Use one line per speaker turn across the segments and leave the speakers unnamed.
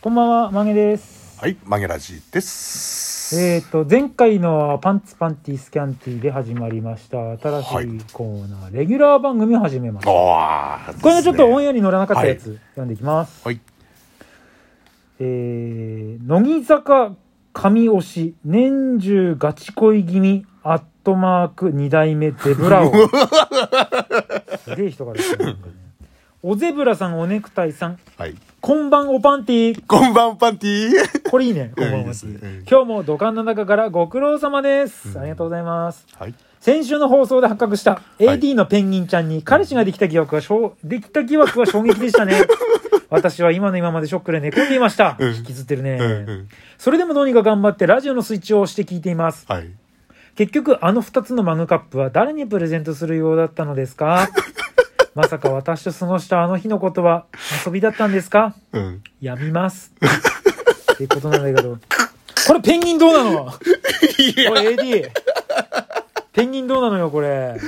こんばんは、まげです。
はい、マゲラジです。
えっ、と、前回のパンツパンティスキャンティで始まりました。新し
はい
いコーナー、レギュラー番組を始めます。こ
ああ、
れね、ちょっとオンエ
ア。
アに乗らなかったやつ、読んでいきます。
はい。
えー、乃木坂神推し、年中ガチ恋気味、アットマーク二代目ゼブ ラ王。すげえ人がですね。なんかねおゼブラさん、おネクタイさん、
はい。
こんばんおパンティ
こんばんパンティー。
これいいね。こ
うん
んばん
いい
は
ですうん
今日も土管の中からご苦労様です。
うん
ありがとうございます。
はい。
先週の放送で発覚した AD のペンギンちゃんに彼氏ができた疑惑はしょう、できた疑惑は衝撃でした ね。私は今の今までショックで寝込んでいました。
うん
引きずってる
うんう
ね。
ん。
それでもどうにか頑張ってラジオのスイッチを押して聞いています。
はい。
結局あの2つのマグカップは誰にプレゼントするようだったのですか まさか私と過ごしたあの日のことは遊びだったんですか
うん。
やみます。っていうことなんだけど。これペンギンどうなのこ
いや、
れ AD。ペンギンどうなのよ、これ。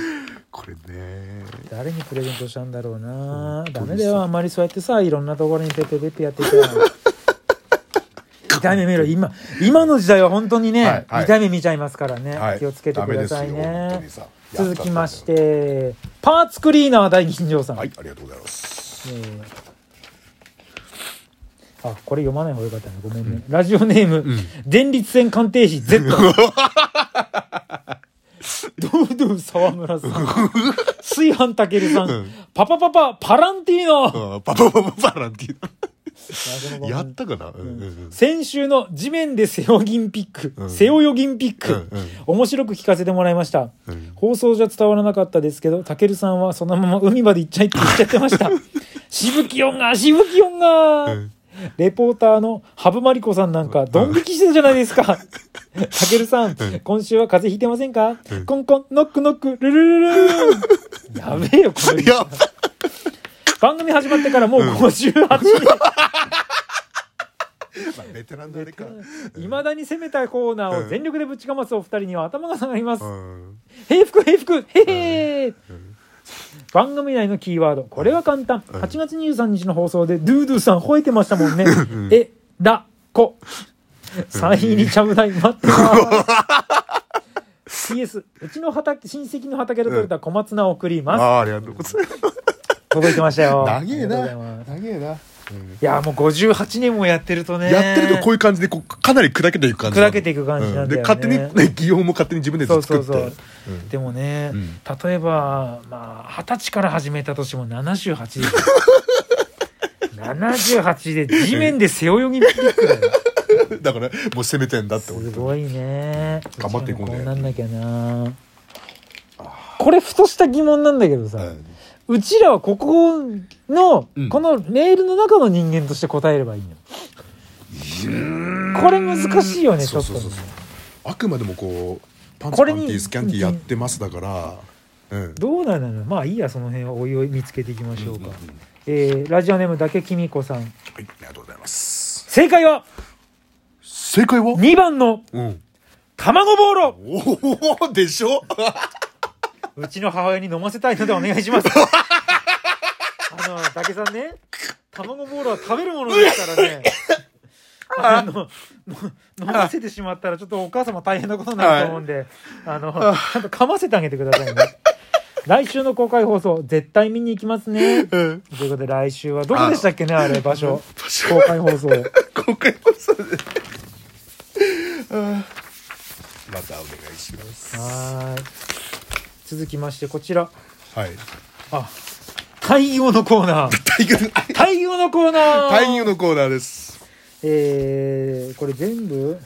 これね。
誰にプレゼントしたんだろうな
本当。に
ダメだよ、あんまりそうやってさ、いろんなところにペペペペや ってて。痛い目見ろ、今、今の時代は本当にね、
はいはい
痛い目見ちゃいますからね。
はい。
気をつけてください
ダメですよ本当
ね
に。さ
続きまし。
やった
て、パーツクリーナー大吟醸さん。
んだはい、ありがとうございます。
えーあこれ読まない方がよかったねごめんね、ラジオネーム、前立腺鑑定士 Z ドウドウ沢村 さん炊飯たけるさん、
うん
パパパパパランティー ノ、
うんパパパパパランティー
謎の
ノ。
番
や
組
ったかな。うんうんうん。
先週の地面で背泳ぎんピック、
うん
背泳ぎんピック、
うんうん
面白く聞かせてもらいました、
うん
放送じゃ伝わらなかったですけどたけるさんはそのまま海まで行っちゃいって言っちゃってま したしぶき音がしぶき音が、
うん
レポーターの羽生真理子さんなんかドン引きしてたじゃないですかたけるさん、今週は風邪ひいてませんか、コンコンノックノックルルルルーンやべえよこの人
やっ
番組始まってからもう58年、
ぱベテランだねか。
いまだに攻めたコーナーを全力でぶちかますお二人には頭が下がります
う。ん。
平服平服へへ番組内のキーワード、これは簡単。8月23日の放送で、ドゥードゥさん吠えてましたもんね。え、ら、こ。サイン入りちゃぶ台待ってます。PS、うちの畑、親戚の畑で採れた小松菜を送り
あ
ます。
あ、ありがとうございます。
届いてましたよ。
長え
ありがとうござい
な。
ます
長えな。
いや、もう58年もやってるとね。
やってるとこういう感じでこうかなり砕けていく感じ
砕けていく感じなんだよね
で勝手に、ね、擬音も勝手に自分で
そ
作
う
って
そうそう、
うん
でもね、
うん
例えばまあ二十歳から始めた年も78ですよ78で地面で背泳ぎピックだよ
だからもう攻めてんだって
す
俺
ごいね
頑張っていこうね
うちらもこうなんなきゃなこれふとした疑問なんだけどさ、
うん
うちらはここの、
うん
このメールの中の人間として答えればいいのこれ難しいよねち
そ
ょ
う
っと
そ
ね
うそうそうあくまでもこうパンツ
こ
パ
れ
ン
に
ティスキャンティやってますだから、うん、
どうなるのまあいいやその辺はおいおい見つけていきましょうか、えーラジオネームだけきみこさん
はいありがとうございます
正解は
正解は
2番の
うん
卵ボーロ
おおでしょ
うちの母親に飲ませたいのでお願いし ますあのだけさんね卵ボーロは食べるものですからねあのもう飲ませてしまったらちょっとお母様大変なことになると思うんであのちゃんと噛ませてあげてくださいね来週の公開放送絶対見に行きますねということで来週はどこでしたっけねあれ場所公開放送
今回もそうでまたお願いします
はーい続きましてこちら
はい
あ対応のコーナー
大群
対応のコーナー
大群のコーナーです
えー、これ全部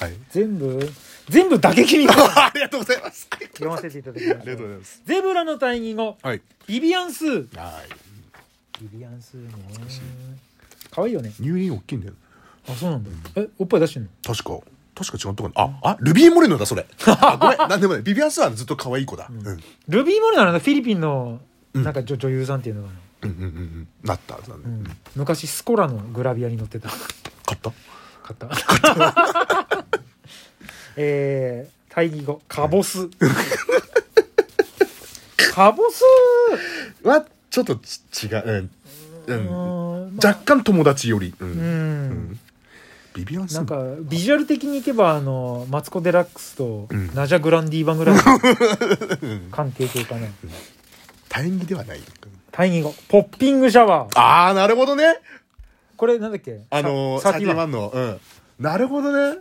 はい
全部全部だけ君が
ありがとうございますあ
読ませていただきま
り
し
がと
た
うございます
ゼブラの対義語
はい
ビビアンスー
はい
ビビアンスーね可愛いよね
入院大きいんだよ
あそうなんだえおっぱい出してんの
確か確か違うとこああルビー・モレノだそ れあごめんなんでもないビビアンスはずっと可愛い子だ、うん、うん
ルビー・モルナのフィリピンのなんか女,、女優さんっていうのが、
うんうんうんなったはずなんで、
うん、昔スコラのグラビアに載ってた
買った
買った えー、対義語カボ スカボス
はちょっとち違う、うんう
う
ん
ーんまあ
若干友達より、うん
うん
ビビアンス
な
ー
ん
ン
かビジュアル的にいけばあのマツコ・デラックスと
うん
ナジャ・グランディーバンぐらいの関係というかね
大義ではない
大義語ポッピングシャワー
ああなるほどね
これなんだっけ
あのー、
さ
サーティワンのうんなるほどね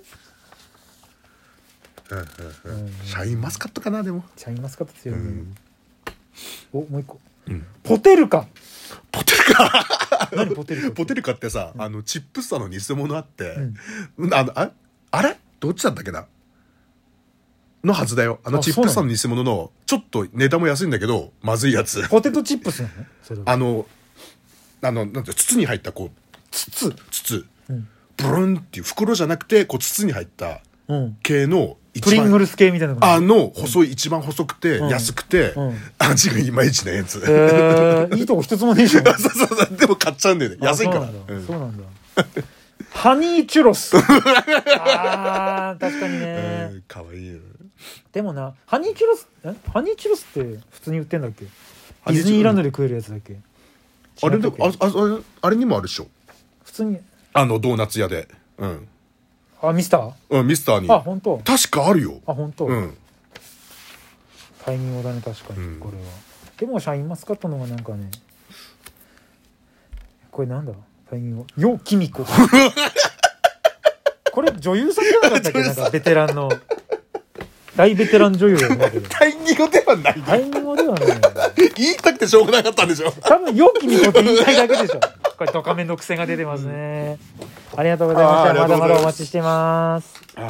うんうんうんシャインマスカットかなでも
ちゃいますかって強
う
い、
ん
おもう一個、
うん
ポテルか
ポテルか
何ポテルか
ポテルかってさあのチップスターの偽物あって
ん
あのああれどっちだったっけなのはずだよあの
あ
チップスターの偽物のちょっと値段も安いんだけどまずいやつ
ポテトチップスなのそれは
あの、あの、なんて、筒に入った、こう、筒、筒、
うん
ブルンっていう袋じゃなくて、こう、筒に入った
うん
系の
プ
一
リング
番、
ルス系みたいな
あ
感じ
の、細い、一番細くて、
うん
安くて
うん、
味がいまいちなやつ。
えー、いいとこ一つもねえじゃん
そうそうそう、でも買っちゃうんだよね。 安いか
あ
ら。
そ
うん
うなんだ、そうなんだハニーチュロスあー確かにね、
うんかわいいよね。
でもなハニーチュロスえハニーチュロスって普通に売ってんだっけデ
ハニー
ィ
チュロス
ズニーランドで食えるやつだっけ
あれで
違
も
っ、た
あ
っけ
あああれにもあるでしょ。
普通に
あの、ドーナツ屋で。うん。
あミスター
うん、ミスターに。
あ本当
確かあるよ。
あ本当、
うん。
タイミングだね確かに、
うん
これはでもシャインマスカットの方がなんかねこれなんだタイミングよきみこ これ女優さんじゃなかったっけなんかベテランの大ベテラン女優だよねだけど
大義語ではない。
タイミングではないよね
言いたくてしょうがなかったんでしょ。
多分よきみこって言いたいだけでしょこれドカメンの癖が出てますね、ありがとうございまし
あー
た
あり
ま
がと
だ
うござ
まだ
います
お待ちしてます
あ